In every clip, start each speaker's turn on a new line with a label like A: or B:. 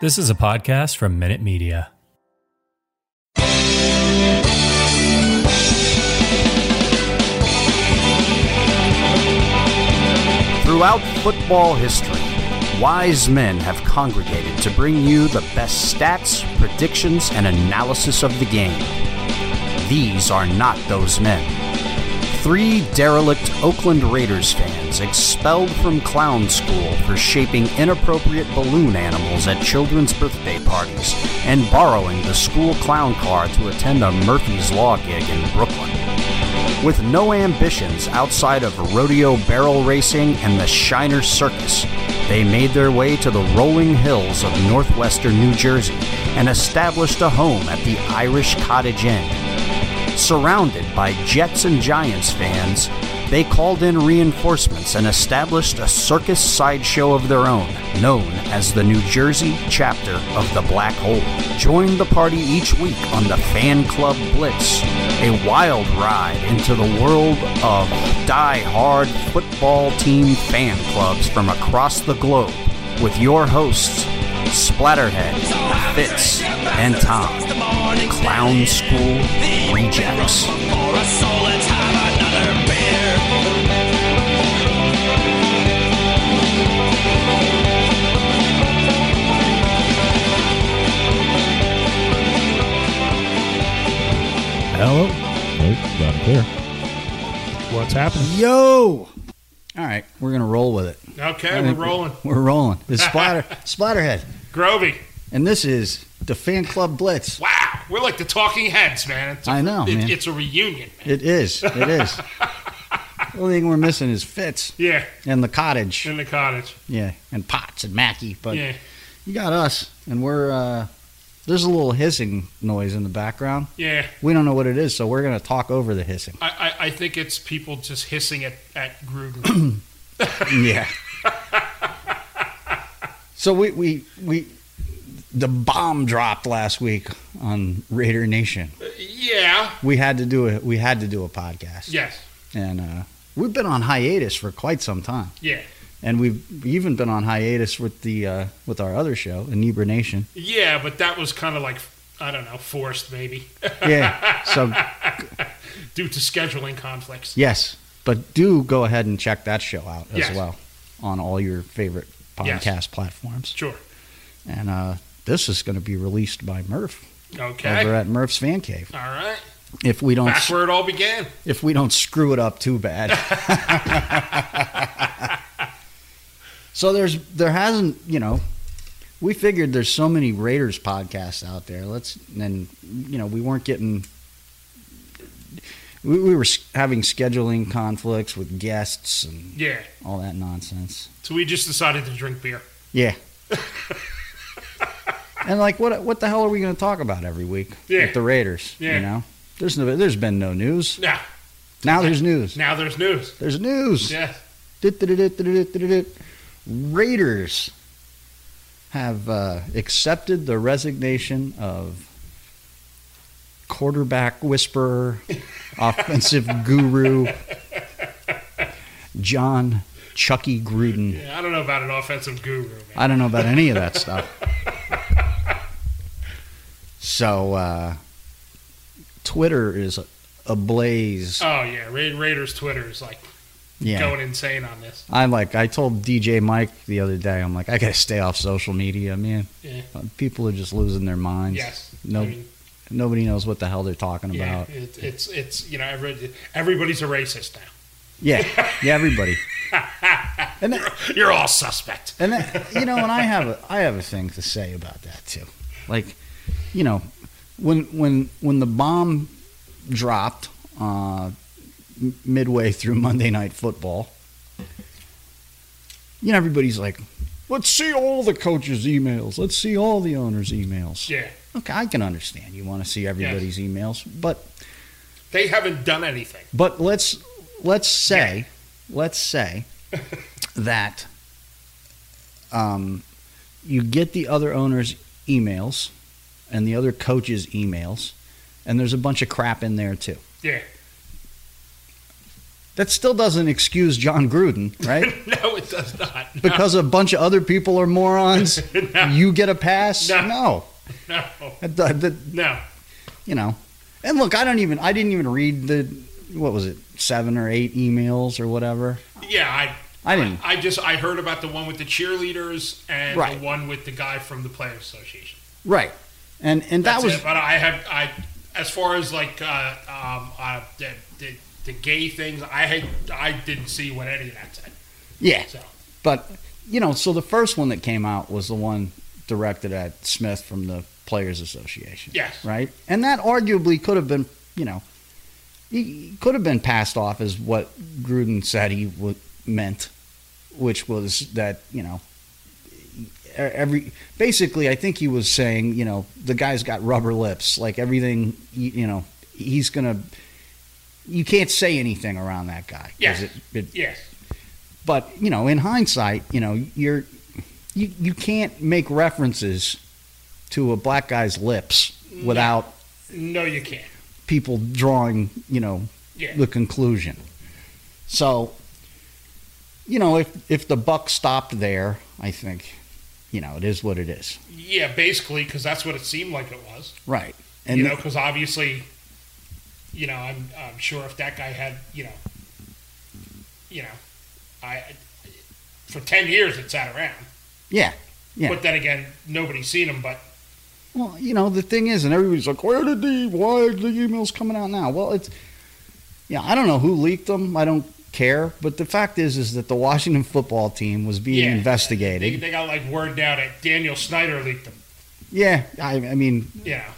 A: This is a podcast from Minute Media.
B: Throughout football history, wise men have congregated to bring you the best stats, predictions, and analysis of the game. These are not those men. Three derelict Oakland Raiders fans expelled from clown school for shaping inappropriate balloon animals at children's birthday parties and borrowing the school clown car to attend a Murphy's Law gig in Brooklyn. With no ambitions outside of rodeo barrel racing and the Shiner Circus, they made their way to the rolling hills of northwestern New Jersey and established a home at the Irish Cottage Inn. Surrounded by Jets and Giants fans, they called in reinforcements and established a circus sideshow of their own, known as the New Jersey chapter of the Black Hole. Join the party each week on the Fan Club Blitz, a wild ride into the world of die-hard football team fan clubs from across the globe with your hosts, Splatterhead, Fitz, and Tom, Clown School Rejects.
C: Hello. Nope, not clear. What's happening?
B: Yo! All right, we're gonna roll with it.
C: Okay,
B: I
C: we're
B: think
C: rolling.
B: We're rolling. It's splatter, splatterhead,
C: Grovey.
B: and this is the fan club blitz.
C: Wow, we're like the Talking Heads, man. It's a,
B: I know,
C: it-
B: man.
C: It's a reunion. man.
B: It is. It is. the only thing we're missing is Fitz
C: Yeah,
B: and the cottage.
C: in the cottage.
B: Yeah, and Potts and Mackie. But
C: yeah,
B: you got us, and we're uh, there's a little hissing noise in the background.
C: yeah.
B: We don't know what it is, so we're gonna talk over the hissing.
C: I, I, I think it's people just hissing at at Gruden.
B: Yeah. so we we we the bomb dropped last week on Raider Nation.
C: yeah.
B: We had to do a we had to do a podcast.
C: Yes.
B: And uh, we've been on hiatus for quite some time.
C: Yeah.
B: And we've even been on hiatus with the uh, with our other show, Inebra Nation.
C: Yeah, but that was kind of like I don't know, forced maybe
B: Yeah. so
C: due to scheduling conflicts.
B: yes, but do go ahead and check that show out as
C: Yes.
B: well on all your favorite podcast
C: Yes.
B: platforms.
C: Sure.
B: And uh, this is going to be released by Murph
C: Okay.
B: over at Murph's Fan Cave.
C: All right.
B: If we don't
C: Back where it all began.
B: if we don't screw it up too bad. so there's there hasn't you know we figured there's so many Raiders podcasts out there. Let's and you know we weren't getting we, we were s- having scheduling conflicts with guests and
C: Yeah.
B: all that nonsense.
C: So we just decided to drink beer.
B: Yeah. and like what what the hell are we going to talk about every week
C: Yeah.
B: with the Raiders?
C: Yeah.
B: You know. There's no, there's been no news.
C: Now,
B: Now there's news.
C: now there's news.
B: There's news.
C: Yeah.
B: Raiders have uh, accepted the resignation of quarterback whisperer, offensive guru, John Chucky Gruden.
C: Yeah, I don't know about an offensive guru, man.
B: I don't know about any of that stuff. So, uh, Twitter is ablaze.
C: Oh yeah, Ra- Raiders Twitter is like
B: yeah.
C: going insane on this.
B: I like I told DJ Mike the other day. I'm like, I gotta stay off social media, man. Uh,
C: Yeah.
B: People are just losing their minds.
C: Yes.
B: No,
C: I mean,
B: nobody knows what the hell they're talking
C: yeah.
B: about.
C: It, it's it's you know every, everybody's a racist now.
B: Yeah, yeah, everybody. and that,
C: You're all suspect.
B: and that, you know, and I have a I have a thing to say about that too. Like, you know, when when when the bomb dropped uh, m- midway through Monday Night Football, you know, everybody's like,
D: Let's see all the coaches' emails. Let's see all the owners' emails.
C: Yeah.
D: Okay, I can understand you want to see everybody's emails, but
C: They haven't done anything.
D: but let's let's say let's say that um, you get the other owners' emails and the other coaches' emails, and there's a bunch of crap in there too.
C: Yeah.
D: That still doesn't excuse John Gruden, right?
C: No, it does not. No.
D: because a bunch of other people are morons.
C: No.
D: You get a pass?
C: No.
D: No.
C: no,
D: That- that- that-
C: no.
D: you know. And look, I don't even I didn't even read the what was it seven or eight emails or whatever.
C: Yeah, I.
D: I didn't.
C: I just I heard about the one with the cheerleaders and
D: Right.
C: the one with the guy from the Players Association.
D: Right. And and
C: That's
D: that was
C: it. But I have I as far as like uh, um uh, the, the the gay things I had I didn't see what any of that said.
D: yeah.
C: So
D: But you know, so the first one that came out was the one directed at Smith from the Players Association.
C: Yes.
D: Right? And that arguably could have been, you know, he could have been passed off as what Gruden said he w- meant, which was that, you know, e, every basically I think he was saying, you know, the guy's got rubber lips, like everything, you, you know, he's going to you can't say anything around that guy 'cause
C: Yes.
D: it, it
C: yes,
D: but you know in hindsight you know you're you, you can't make references to a black guy's lips without
C: no, you can't.
D: people drawing you know
C: Yeah.
D: the conclusion so you know if if the buck stopped there i think you know it is what it is
C: Yeah, basically because that's what it seemed like it was.
D: right and
C: you know, because obviously, you know, I'm I'm sure if that guy had, you know, you know, I for ten years it sat around.
D: yeah Yeah.
C: But then again, nobody's seen him. But
D: Well, you know, the thing is, and everybody's like, where did the, why are the emails coming out now? Well, it's, yeah, I don't know who leaked them. I don't care. But the fact is, is that the Washington football team was being
C: Yeah.
D: investigated.
C: they, they got like word down that Daniel Snyder leaked them.
D: yeah. I, I mean,
C: You know,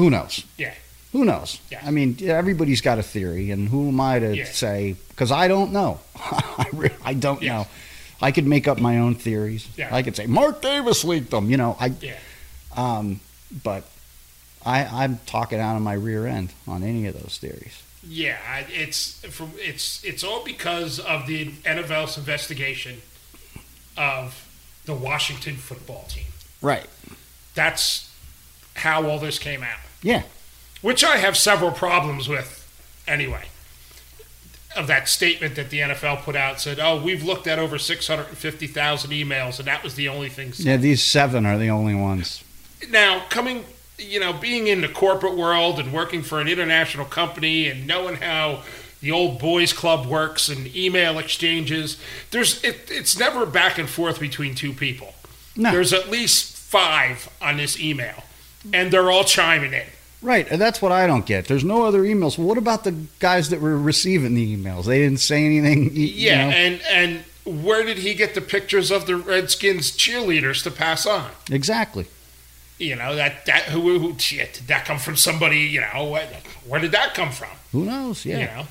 D: who knows?
C: yeah,
D: Who knows?
C: Yeah.
D: I mean, yeah, everybody's got a theory, and who am I to
C: Yeah.
D: say? Because I don't know. I, re- I don't
C: Yes.
D: know. I could make up my own theories.
C: Yeah.
D: I could say Mark Davis leaked them. You know, I.
C: Yeah.
D: Um, but I, I'm talking out of my rear end on any of those theories.
C: yeah. I- It's from it's it's all because of the NFL's investigation of the Washington football team.
D: Right.
C: That's how all this came out.
D: Yeah.
C: which I have several problems with anyway, of that statement that the NFL put out said, oh, we've looked at over 650,000 emails and that was the only thing. said."
D: Yeah. These seven are the only ones.
C: Now, coming, you know, being in the corporate world and working for an international company and knowing how the old boys club works and email exchanges, there's it, it's never back and forth between two people.
D: No.
C: There's at least five on this email and they're all chiming in.
D: Right. And that's what I don't get. There's no other emails. What about the guys that were receiving the emails? They didn't say anything. y- you
C: Yeah,
D: know?
C: and and where did he get the pictures of the Redskins cheerleaders to pass on?
D: Exactly.
C: You know that that who, who shit did that come from? Somebody you know where, where did that come from?
D: Who knows? Yeah.
C: You know,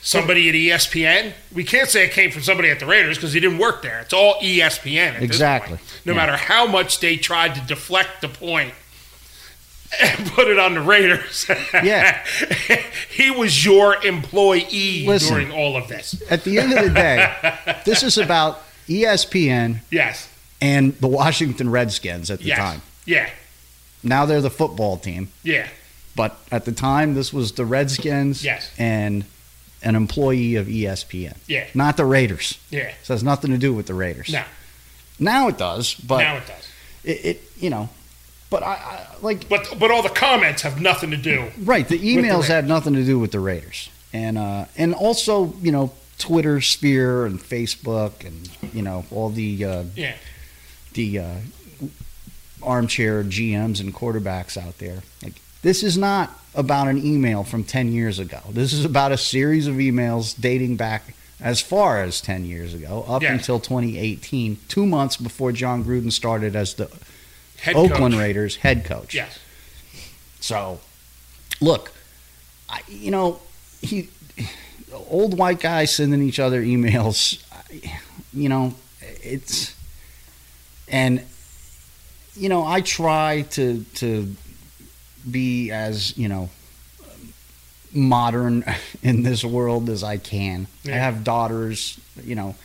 C: somebody at E ESPN. We can't say it came from somebody at the Raiders because he didn't work there. It's all E ESPN. At
D: Exactly.
C: This point. No
D: Yeah.
C: matter how much they tried to deflect the point and put it on the Raiders.
D: Yeah.
C: he was your employee
D: Listen.
C: during all of this.
D: At the end of the day, this is about E ESPN
C: Yes.
D: and the Washington Redskins at the
C: Yes.
D: time.
C: Yeah.
D: Now they're the football team.
C: Yeah.
D: But at the time, this was the Redskins
C: Yes.
D: and an employee of E ESPN.
C: Yeah.
D: Not the Raiders.
C: Yeah.
D: So it has nothing to do with the Raiders.
C: No.
D: Now it does, but
C: now it does.
D: it, it you know, but I, I like
C: But but all the comments have nothing to do.
D: right. The emails
C: Raiders.
D: had nothing to do with the Raiders, and uh, and also you know Twitter sphere and Facebook and you know all the uh,
C: Yeah.
D: the uh, armchair GMs and quarterbacks out there. Like this is not about an email from ten years ago. This is about a series of emails dating back as far as ten years ago, up
C: Yeah.
D: until 2018, two months before John Gruden started as the
C: Head
D: Oakland
C: coach.
D: Raiders head coach.
C: Yes.
D: So, look, I, you know, he, old white guys sending each other emails. I- You know, it's and you know I try to to be as you know modern in this world as I can. I
C: Yeah.
D: have daughters, you know,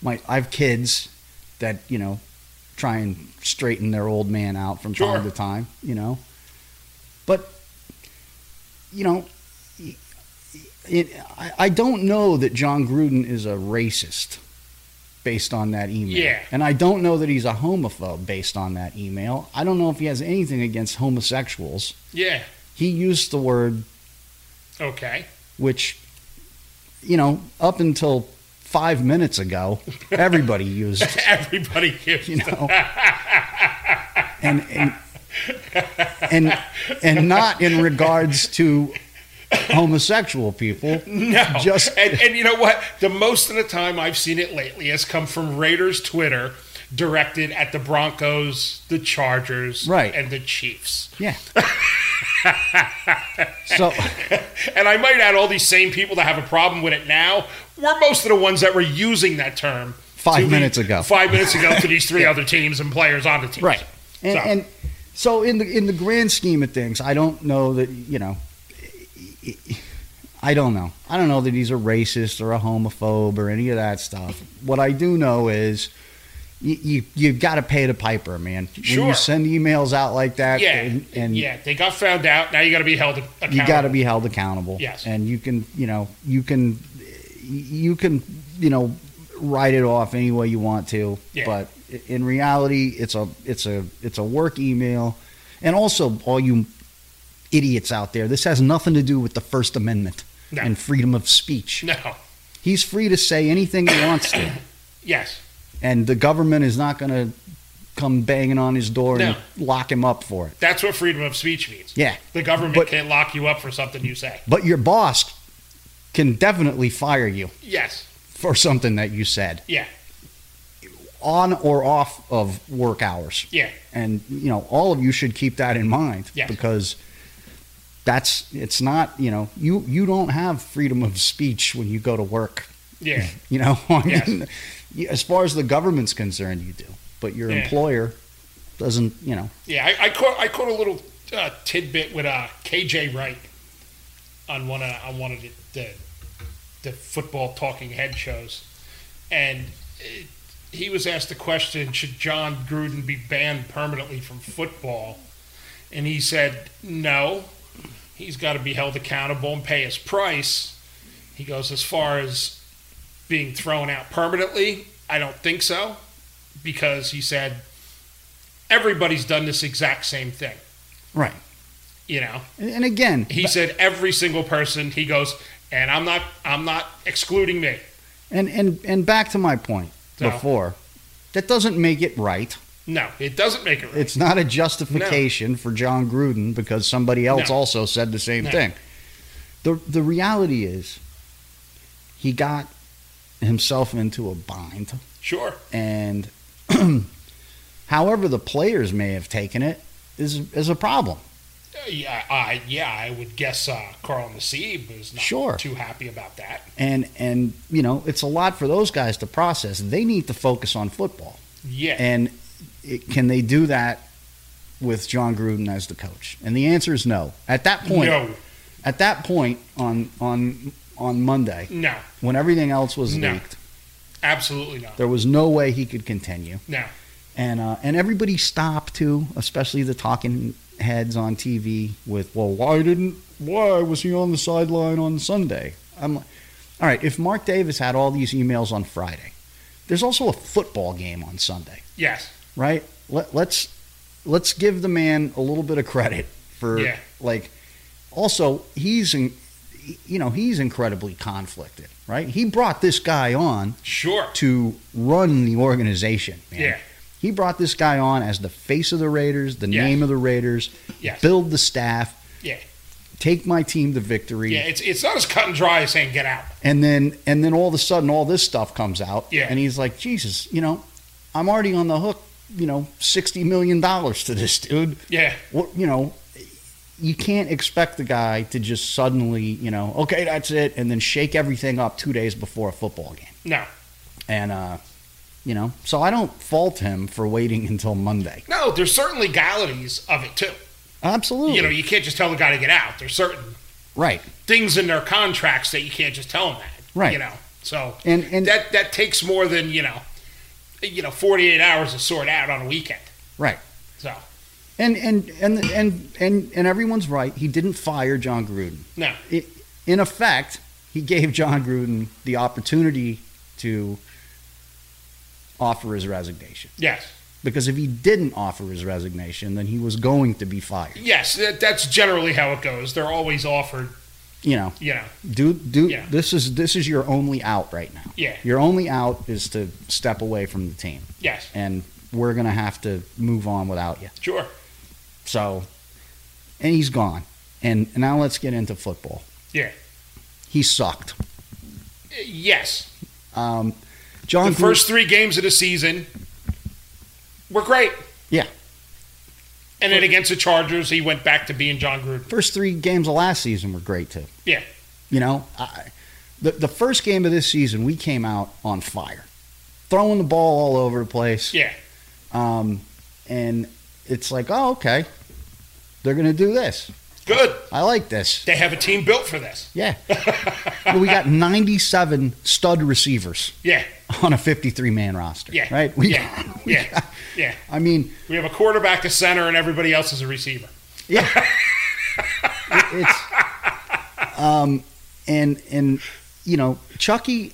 D: my I have kids that you know try and straighten their old man out from time
C: Sure.
D: to time, you know. But you know, it, I, I don't know that John Gruden is a racist based on that email.
C: Yeah.
D: And I don't know that he's a homophobe based on that email. I don't know if he has anything against homosexuals.
C: Yeah.
D: He used the word
C: Okay.
D: which you know up until five minutes ago everybody used
C: Everybody gives.
D: you know and and and, and not in regards to homosexual people
C: No.
D: just
C: and, and you know what? The most of the time I've seen it lately has come from Raiders Twitter directed at the Broncos, the Chargers,
D: Right.
C: and the Chiefs.
D: yeah so
C: And I might add all these same people that have a problem with it now were most of the ones that were using that term
D: Five
C: to
D: minutes
C: the-
D: ago.
C: Five minutes ago to these three other teams and players on the team.
D: right and
C: So-
D: and so in the in the grand scheme of things i don't know that you know i don't know i don't know that he's a racist or a homophobe or any of that stuff what i do know is you, you you've got to pay the piper man when you
C: Sure.
D: send emails out like that
C: Yeah.
D: and, and
C: yeah. They got found out. Now you got to be held accountable.
D: you got to be held accountable
C: Yes.
D: and you can you know you can you can you know write it off any way you want to
C: Yeah.
D: but i- in reality it's a it's a it's a work email and also all you idiots out there this has nothing to do with the first amendment
C: No.
D: and freedom of speech
C: No.
D: he's free to say anything he wants to
C: Yes.
D: and the government is not going to come banging on his door and lock him up for it
C: That's what freedom of speech means.
D: yeah
C: The government
D: But-
C: can't lock you up for something you say.
D: but your boss can definitely fire you
C: Yes.
D: for something that you said
C: Yeah.
D: on or off of work hours.
C: Yeah.
D: And you know, all of you should keep that in mind
C: Yes.
D: because that's it's not, you know, you you don't have freedom of speech when you go to work,
C: Yeah.
D: you know. I
C: Yes.
D: mean, you- as far as the government's concerned, you do, but your
C: Yeah.
D: employer doesn't, you know.
C: Yeah, I, I caught I caught a little uh, tidbit with uh, KJ Wright on one of, on one of the, the the football talking head shows, and it, he was asked the question: Should John Gruden be banned permanently from football? And he said, No, he's got to be held accountable and pay his price. He goes as far as being thrown out permanently. I don't think so, because he said everybody's done this exact same thing.
D: Right.
C: You know,
D: And, and again,
C: he said every single person. He goes, and I'm not, I'm not excluding me.
D: and and and back to my point
C: No.
D: before. That doesn't make it right.
C: No, it doesn't make it right.
D: It's not a justification for John Gruden because somebody else
C: No.
D: also said the same
C: No.
D: thing. The the reality is he got himself into a bind
C: sure.
D: and however the players may have taken it is is a problem.
C: Uh, yeah, I yeah, I would guess uh, Carl Nassib is not
D: Sure.
C: too happy about that.
D: And and you know, it's a lot for those guys to process. They need to focus on football.
C: Yeah,
D: And it, can they do that with John Gruden as the coach? And the answer is no. At that point
C: no,
D: at that point on on on Monday,
C: no,
D: when everything else was
C: No.
D: leaked,
C: absolutely not.
D: there was no way he could continue,
C: No,
D: and uh, and everybody stopped too, especially the talking heads on TV with, well, why didn't why was he on the sideline on Sunday? I'm like, all right, if Mark Davis had all these emails on Friday, there's also a football game on Sunday,
C: yes,
D: right? Let, let's let's give the man a little bit of credit for
C: Yeah.
D: like also he's in, you know he's incredibly conflicted right he brought this guy on
C: sure.
D: to run the organization man.
C: Yeah.
D: he brought this guy on as the face of the raiders the
C: Yeah.
D: name of the raiders
C: Yes.
D: build the staff
C: Yeah.
D: take my team to victory
C: Yeah, it's it's not as cut and dry as saying get out.
D: and then and then all of a sudden all this stuff comes out
C: Yeah.
D: and he's like jesus you know i'm already on the hook you know 60 million dollars to this dude
C: Yeah,
D: what you know you can't expect the guy to just suddenly you know okay that's it and then shake everything up two days before a football game
C: no,
D: and uh
B: You know, so I don't fault him for waiting until Monday.
C: No, there's certain legalities of it too.
B: Absolutely.
C: You know, you can't just tell the guy to get out. There's certain
B: right.
C: things in their contracts that you can't just tell them that.
B: Right.
C: You know, so
B: And- and-
C: that that takes more than you know, you know, 48 hours to sort out on a weekend.
B: Right.
C: So
B: And and and and and and everyone's right. He didn't fire John Gruden.
C: no,
B: I in effect, he gave John Gruden the opportunity to offer his resignation.
C: yes,
B: Because if he didn't offer his resignation, then he was going to be fired.
C: yes, that, that's generally how it goes. They're always offered.
B: You know,
C: You know,
B: do do
C: Yeah.
B: this is this is your only out right now.
C: Yeah.
B: Your only out is to step away from the team,
C: yes,
B: and we're gonna have to move on without you.
C: sure,
B: So, and he's gone. And now let's get into football.
C: yeah,
B: He sucked.
C: yes.
B: Um, John
C: the
B: Gruden-
C: first three games of the season were great.
B: Yeah.
C: And then against the Chargers, he went back to being John Gruden.
B: first three games of last season were great too.
C: Yeah.
B: You know, I, the the first game of this season, we came out on fire, throwing the ball all over the place.
C: Yeah.
B: Um, and it's like, oh, okay, they're gonna do this.
C: Good.
B: I like this.
C: They have a team built for this.
B: Yeah. Well, we got 97 stud receivers
C: Yeah.
B: on a 53 man roster.
C: Yeah.
B: Right? We,
C: yeah.
B: we
C: yeah.
B: got-
C: yeah.
B: I mean,
C: We have a quarterback, a center, and everybody else is a receiver.
B: Yeah. It- it's um and and you know, Chucky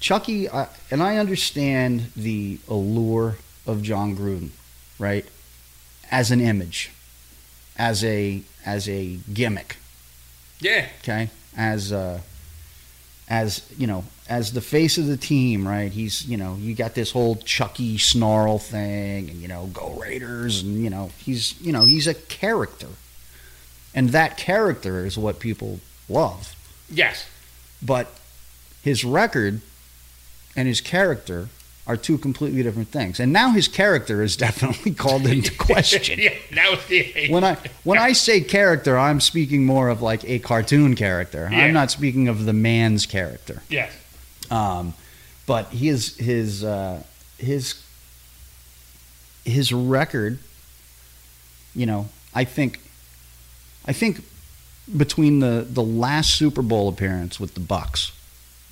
B: Chucky uh, and I understand the allure of John Gruden, right? As an image, as a as a gimmick,
C: Yeah.
B: okay? As uh as, you know, as the face of the team, right? He's, you know, you got this whole Chucky snarl thing and you know, go Raiders and you know, he's, you know, he's a character and that character is what people love.
C: Yes.
B: But his record and his character are two completely different things. And now his character is definitely called into question.
C: yeah. That was the
B: When I when I say character, I'm speaking more of like a cartoon character.
C: Yeah.
B: I'm not speaking of the man's character.
C: Yes.
B: Um, but his his uh, his his record, you know, I think, I think between the the last Super Bowl appearance with the Bucks,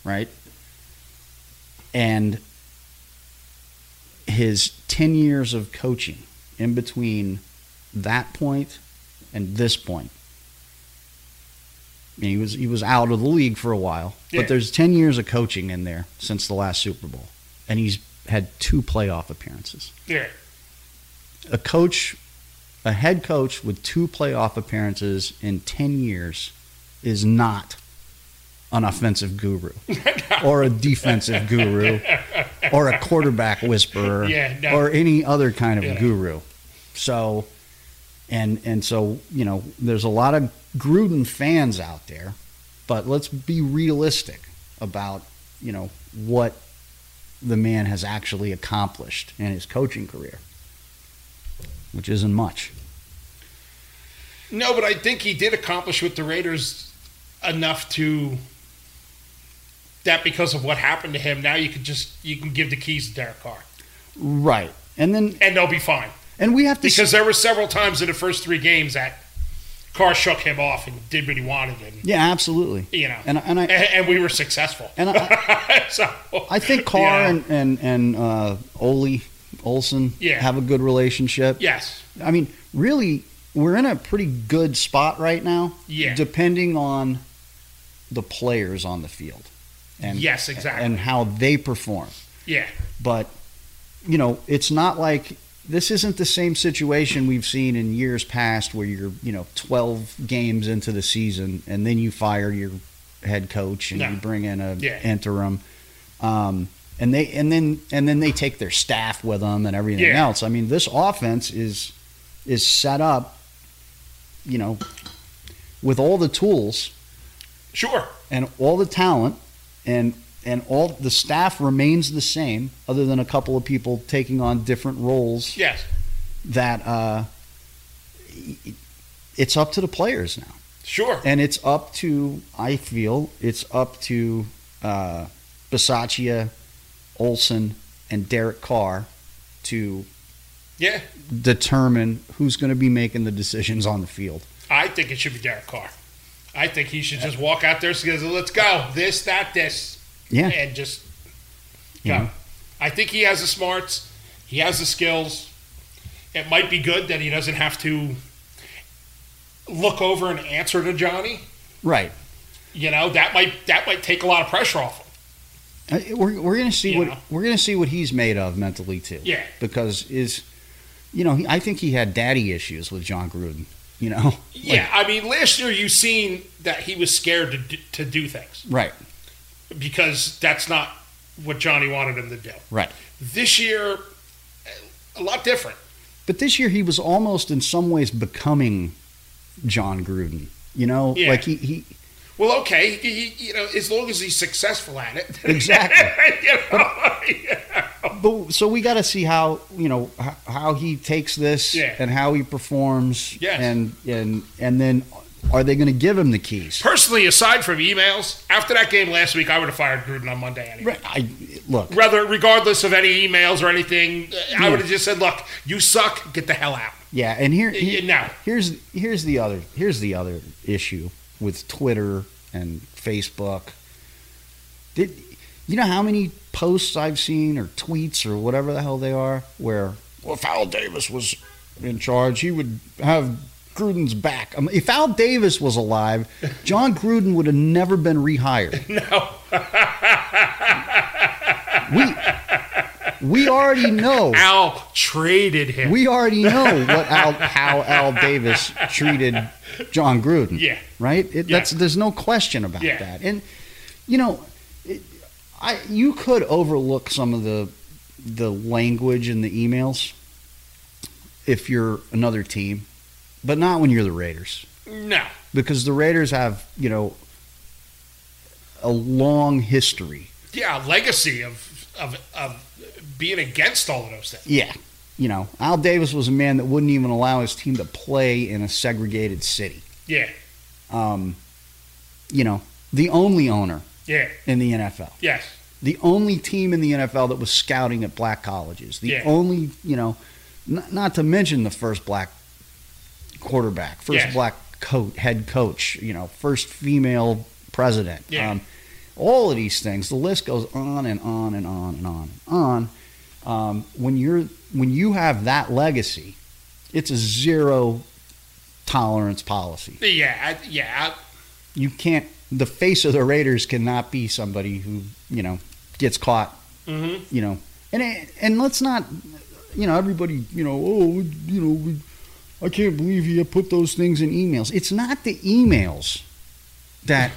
B: right, and his ten years of coaching in between that point and this point. I mean, he was he was out of the league for a while,
C: Yeah.
B: but there's ten years of coaching in there since the last Super Bowl, and he's had two playoff appearances.
C: Yeah.
B: A coach, a head coach with two playoff appearances in ten years, is not an offensive guru, or a defensive guru, or a quarterback whisperer,
C: Yeah, no.
B: or any other kind of
C: Yeah.
B: guru. So, and and so you know, there's a lot of Gruden fans out there, but let's be realistic about you know what the man has actually accomplished in his coaching career, which isn't much.
C: No, but I think he did accomplish with the Raiders enough to that because of what happened to him. Now you can just you can give the keys to Derek Carr,
B: Right. And then
C: and they'll be fine.
B: and we have to
C: Because there were several times in the first three games that Carr shook him off and did what he wanted, and
B: yeah, absolutely.
C: you know,
B: And and I
C: and, and we were successful.
B: and
C: I, so
B: I think Carr
C: yeah.
B: and and and uh, Ole Olson
C: Yeah.
B: have a good relationship.
C: yes,
B: I mean, really, we're in a pretty good spot right now.
C: Yeah.
B: Depending on the players on the field, and
C: Yes, exactly.
B: and how they perform.
C: yeah,
B: But you know, it's not like this isn't the same situation we've seen in years past where you're you know 12 games into the season and then you fire your head coach and
C: No.
B: you bring in a
C: Yeah.
B: interim um, and they and then and then they take their staff with them and everything
C: Yeah.
B: else i mean this offense is is set up you know with all the tools
C: sure,
B: and all the talent and and all the staff remains the same other than a couple of people taking on different roles
C: yes,
B: that uh, it's up to the players now
C: sure,
B: and it's up to i feel it's up to uh, Bisaccia, olson
D: and Derek Carr to
C: Yeah,
D: determine who's going to be making the decisions on the field.
C: I think it should be Derek Carr. I think he should just walk out there and says, "Let's go, this, that, this,"
D: Yeah.
C: and just go.
D: Yeah.
C: I think he has the smarts. He has the skills. It might be good that he doesn't have to look over and answer to Johnny.
D: Right.
C: You know that might that might take a lot of pressure off him.
D: Uh, We're, we're going to see
C: You
D: what
C: know.
D: we're going to see what he's made of mentally too.
C: Yeah.
D: Because is you know, he, I think he had daddy issues with John Gruden, you know. Like-
C: Yeah, I mean, last year you seen that he was scared to do, to do things
D: right.
C: because that's not what Johnny wanted him to do.
D: Right.
C: This year, a lot different.
D: But this year he was almost in some ways becoming John Gruden. You know,
C: Yeah.
D: like he, he
C: Well, okay, he, he- you know, as long as he's successful at it,
D: Exactly.
C: you know?
D: but so we got to see how, you know, how, how he takes this
C: Yeah.
D: and how he performs
C: Yes.
D: and and and then are they going to give him the keys?
C: Personally, aside from emails, after that game last week, I would have fired Gruden on Monday anyway.
D: Right. I look.
C: Rather, regardless of any emails or anything, I would have just said, "Look, you suck. Get the hell out."
D: Yeah, and here,
C: Y-
D: he-
C: no.
D: here's here's the other here's the other issue with Twitter and Facebook. Did you know how many posts I've seen or tweets or whatever the hell they are where well if Al Davis was in charge he would have Gruden's back. I mean, if Al Davis was alive, John Gruden would have never been rehired. No. we we already know
C: Al traded him.
D: we already know what Al, how Al Davis treated John Gruden.
C: Yeah.
D: Right. It,
C: Yeah.
D: That's there's no question about
C: Yeah.
D: that. And you know, it, I you could overlook some of the the language in the emails if you're another team, but not when you're the Raiders
C: no,
D: because the Raiders have you know a long history.
C: yeah, a legacy of of of being against all of those things.
D: Yeah. You know, Al Davis was a man that wouldn't even allow his team to play in a segregated city.
C: Yeah,
D: um, you know, the only owner
C: yeah,
D: in the NFL,
C: yes,
D: the only team in the NFL that was scouting at black colleges, the
C: Yeah.
D: only, you know, not, not to mention the first black quarterback, first
C: Yes.
D: black coach, head coach, you know, first female president. Um,
C: Yeah.
D: all of these things, the list goes on and on and on and on and on. Um, when you're when you have that legacy, it's a zero tolerance policy
C: yeah, I- yeah.
D: you can't the face of the Raiders cannot be somebody who you know gets caught
C: Mm-hmm.
D: you know and it- and let's not you know everybody you know oh you know we, I can't believe you put those things in emails it's not the emails that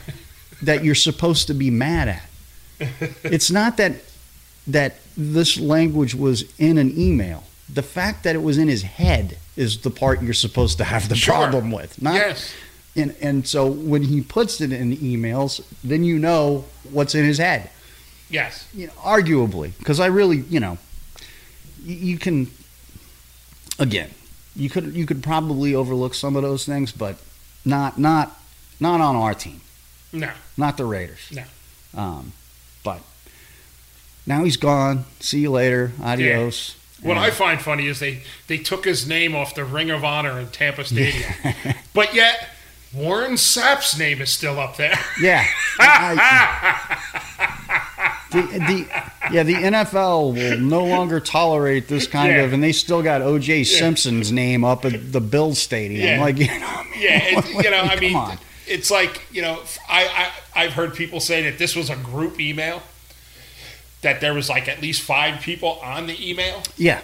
D: that you're supposed to be mad at it's not that that this language was in an email the fact that it was in his head is the part you're supposed to have the
C: Sure.
D: problem with not
C: yes,
D: and and so when he puts it in emails, then you know what's in his head.
C: yes.
D: You know, arguably, because I really, you know, you, you can. Again, you could you could probably overlook some of those things, but not not not on our team,
C: No,
D: not the Raiders.
C: No.
D: Um, but now he's gone. See you later. Adios.
C: What
D: And-
C: I find funny is they, they took his name off the Ring of Honor in Tampa Stadium, but yet Warren Sapp's name is still up there.
D: Yeah. I- the, the, yeah, the NFL will no longer tolerate this kind
C: Yeah.
D: of, and they still got O.J. Simpson's name up at the Bill Stadium.
C: Yeah.
D: Like, you know, I mean,
C: Yeah, it, you know, I
D: come
C: mean,
D: on.
C: it's like you know, I, I I've heard people say that this was a group email, that there was like at least five people on the email.
D: yeah,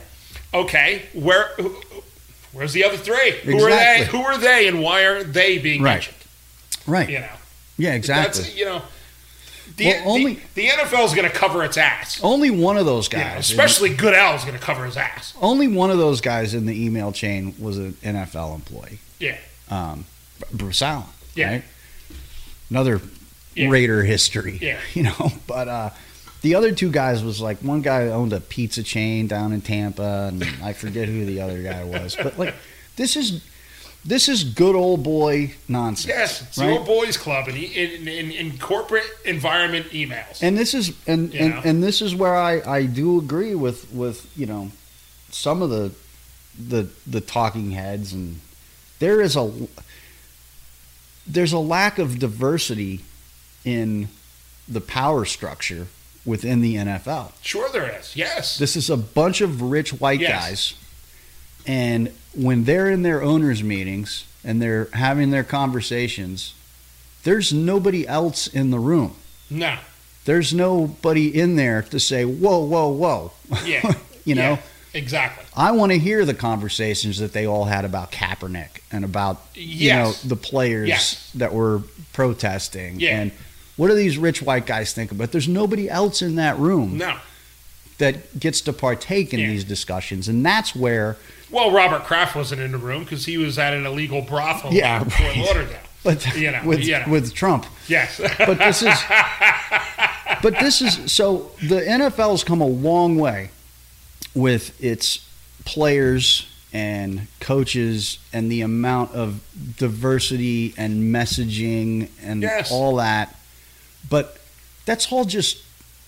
C: Okay, where who- where's the other three? Who are they?
D: Exactly.
C: Who are they? And why are they being
D: Right.
C: mentioned?
D: right,
C: You know,
D: yeah, exactly.
C: That's you know, the,
D: Well, only- Oh,
C: the, the NFL is going to cover its ass.
D: Only one of those
C: Yeah,
D: guys,
C: especially Goodell is going to cover his ass.
D: only one of those guys in the email chain was an NFL employee,
C: Yeah,
D: um, Bruce Allen.
C: Yeah.
D: right? another
C: Yeah.
D: Raider history.
C: Yeah.
D: You know, but uh, the other two guys was like one guy owned a pizza chain down in Tampa, and I forget who the other guy was. But like, this is This is good old boy nonsense.
C: Yes, it's the
D: right?
C: old boys club and he- in, in, in corporate environment emails.
D: and this is and,
C: Yeah.
D: and and this is where I I do agree with with you know some of the the the talking heads and there is a there's a lack of diversity in the power structure within the NFL.
C: sure, there is. Yes.
D: This is a bunch of rich white
C: Yes.
D: guys, and when they're in their owners' meetings and they're having their conversations, there's nobody else in the room
C: no.
D: there's nobody in there to say, whoa, whoa, whoa.
C: Yeah.
D: you know,
C: Yeah, exactly.
D: I want to hear the conversations that they all had about Kaepernick and about,
C: Yes.
D: you know, the players
C: Yes.
D: that were protesting.
C: Yeah.
D: And what do these rich white guys think about? There's nobody else in that room
C: no.
D: that gets to partake in
C: Yeah.
D: these discussions. And that's where,
C: Well, Robert Kraft wasn't in the room because he was at an illegal brothel
D: Yeah,
C: in Fort
D: right.
C: Lauderdale.
D: but
C: You know,
D: with,
C: you know.
D: with Trump.
C: Yes.
D: But this is, but this is so the NFL's come a long way with its players and coaches and the amount of diversity and messaging and
C: Yes.
D: all that. But that's all just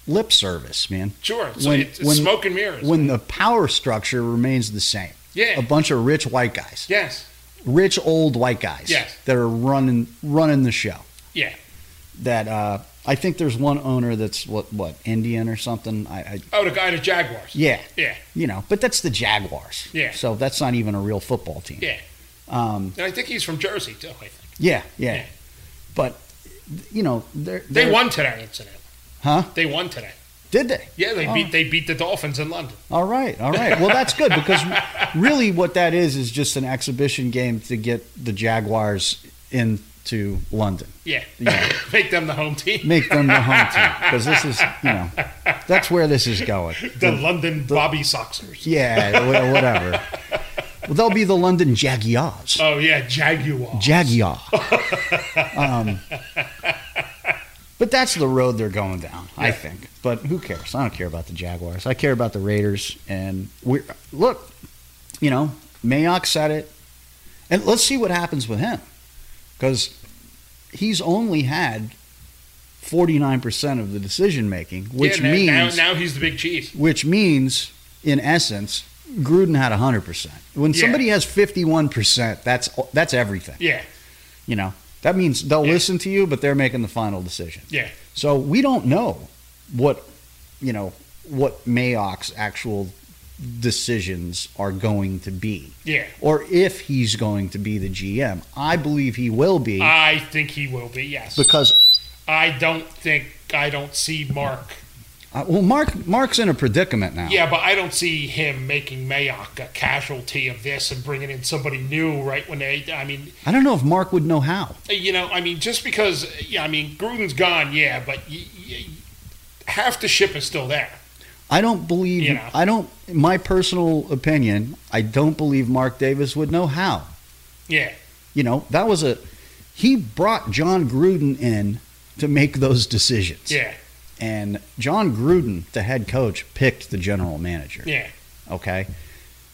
D: lip service, man.
C: Sure. So it's, it's smoke and mirrors.
D: When the power structure remains the same.
C: Yeah.
D: A bunch of rich white guys.
C: yes.
D: Rich old white guys
C: Yes.
D: that are running running the show
C: Yeah.
D: that uh, I think there's one owner that's what what Indian or something. I, I
C: Oh, the guy at Jaguars.
D: yeah,
C: Yeah.
D: you know, but that's the Jaguars.
C: Yeah.
D: So that's not even a real football team.
C: Yeah.
D: Um,
C: And I think he's from Jersey, too. I think.
D: yeah, yeah,
C: Yeah.
D: But you know, they're,
C: They
D: they're-
C: won today, incidentally.
D: huh?
C: They won today.
D: Did they?
C: Yeah, they
D: Oh.
C: beat they beat the Dolphins in London.
D: All right, all right. Well, that's good because really, what that is is just an exhibition game to get the Jaguars into London,
C: Yeah.
D: Yeah.
C: Make them the home team.
D: make them the home team because this is you know that's where this is going.
C: the London Bobby Soxers.
D: Yeah, wh- whatever. well, they'll be the London Jaguars.
C: Oh yeah, Jaguars.
D: Jaguar. um, but that's the road they're going down, I
C: Yeah.
D: think. But who cares? I don't care about the Jaguars. I care about the Raiders. And we are look, you know, Mayock said it, and let's see what happens with him because he's only had forty nine percent of the decision making, which
C: yeah, now,
D: means
C: now, now he's the big cheese.
D: which means, in essence, Gruden had 100%. When
C: Yeah.
D: somebody has 51%, that's that's everything.
C: Yeah.
D: You know, that means they'll
C: Yeah.
D: listen to you, but they're making the final decision.
C: Yeah.
D: So we don't know what, you know, what Mayock's actual decisions are going to be
C: Yeah.
D: or if he's going to be the GM. I believe he will be
C: I think he will be. Yes.
D: because
C: I don't think I don't see Mark.
D: uh, well Mark Mark's in a predicament now.
C: Yeah, but I don't see him making Mayock a casualty of this and bringing in somebody new right when they. I mean,
D: I don't know if Mark would know how.
C: you know, I mean, just because. Yeah, I mean, Gruden's gone. Yeah, but y- y- half the ship is still there.
D: I don't believe.
C: You know.
D: I don't. My personal opinion. I don't believe Mark Davis would know how.
C: Yeah.
D: You know that was a. He brought John Gruden in to make those decisions.
C: Yeah.
D: And John Gruden, the head coach, picked the general manager.
C: Yeah.
D: Okay.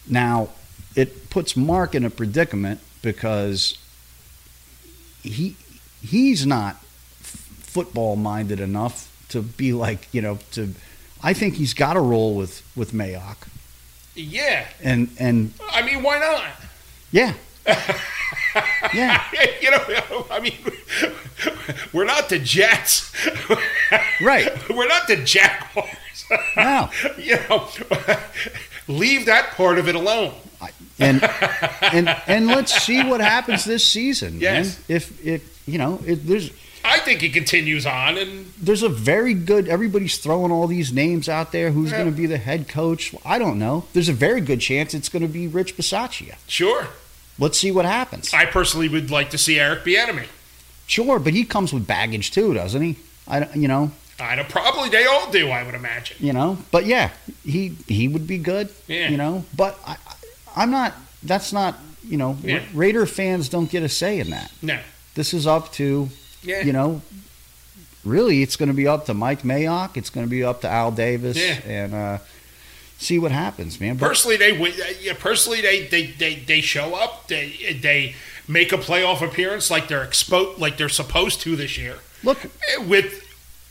D: Now it puts Mark in a predicament because he he's not football minded enough to be like you know to. I think he's got to roll with with Mayock
C: Yeah.
D: and and
C: I mean, why not?
D: yeah, yeah,
C: you know, I mean, we're not the Jets.
D: Right.
C: We're not the Jaguars.
D: No.
C: you know, leave that part of it alone.
D: and and and let's see what happens this season. man.
C: Yes.
D: if if you know if there's
C: I think he continues on, and
D: there's a very good everybody's throwing all these names out there who's
C: Yeah.
D: going to be the head coach i don't know there's a very good chance it's going to be rich bisaccia
C: sure,
D: let's see what happens
C: I personally would like to see Eric Bieniemy.
D: sure but he comes with baggage too doesn't he i don't- you know
C: I don't, probably they all do, I would imagine.
D: you know but yeah he he would be good
C: Yeah.
D: you know but i I- i'm not that's not you know
C: Yeah.
D: Ra- raider fans don't get a say in that
C: No,
D: this is up to
C: yeah,
D: you know really it's going to be up to mike mayock it's going to be up to al davis
C: Yeah.
D: and uh see what happens man but
C: uh, Personally, they win. Yeah, personally, they they, they, they show up. They they make a playoff appearance like they're expo- like they're supposed to this year.
D: Look,
C: with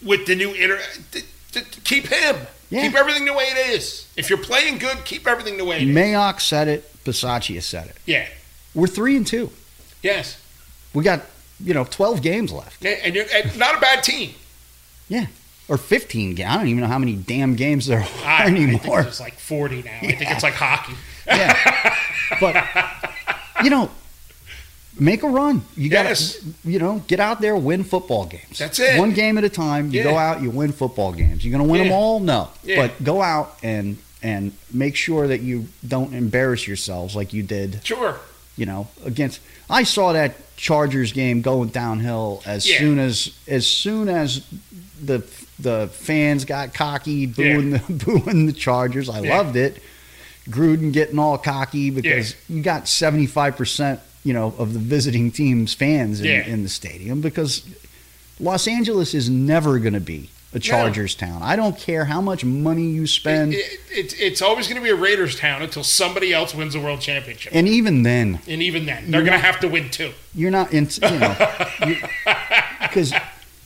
C: with the new inter, th- th- keep him,
D: Yeah.
C: keep everything the way it is. If you're playing good, keep everything the way it is.
D: Mayock said it. Bisaccia said it.
C: Yeah.
D: We're three and two.
C: Yes.
D: We got you know twelve games left,
C: Yeah, And you're and not a bad team.
D: or fifteen games. I don't even know how many damn games there are
C: I, I think
D: anymore.
C: it's like 40 now. I think it's like hockey.
D: yeah, but you know, make a run. You got to
C: Yes.
D: you know get out there, win football games.
C: That's it.
D: One game at a time. You go
C: Yeah.
D: out, you win football games. You're going to win
C: Yeah.
D: them all, no,
C: Yeah.
D: but go out and and make sure that you don't embarrass yourselves like you did
C: Sure.
D: you know, against. I saw that Chargers game going downhill as
C: Yeah.
D: soon as as soon as the the fans got cocky booing the booing the Chargers. I
C: Yeah.
D: loved it. Gruden getting all cocky because you got seventy five percent, you know, of the visiting team's fans in,
C: Yeah.
D: in the stadium because Los Angeles is never going to be a Chargers town. I don't care how much money you spend,
C: It, it- it's always going to be a Raiders town until somebody else wins the world championship.
D: and even then,
C: And even then, they're going to have to win two.
D: you're not in you know because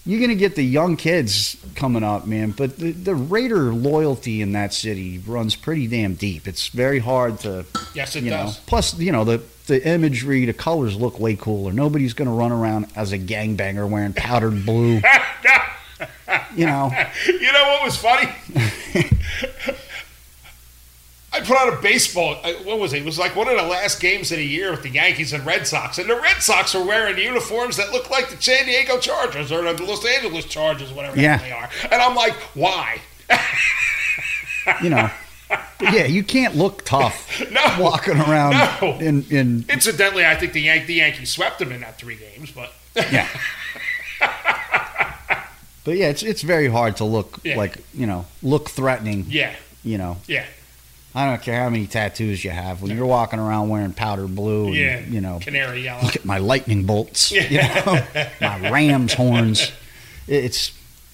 D: you, are gonna get the young kids coming up man but the, the raider loyalty in that city runs pretty damn deep it's very hard to
C: Yes, it
D: you know
C: does.
D: plus you know the the imagery the colors look way cooler nobody's gonna run around as a gangbanger wearing powdered blue you know
C: You know what was funny? I put on a baseball. I- What was it? It was like one of the last games of the year with the Yankees and Red Sox, and the Red Sox were wearing uniforms that looked like the San Diego Chargers or the Los Angeles Chargers, whatever the
D: Yeah.
C: hell they are. And I'm like, why?
D: you know But yeah you can't look tough
C: No.
D: walking around
C: No.
D: in in
C: Incidentally, I think the Yan- the Yankees swept them in that three games, but
D: Yeah. but yeah, it's it's very hard to look
C: Yeah.
D: like you know look threatening.
C: yeah,
D: You know,
C: yeah,
D: I don't care how many tattoos you have when you're walking around wearing powder blue. And,
C: yeah.
D: You know,
C: canary yellow.
D: look at my lightning bolts. You know, my ram's horns. It- It's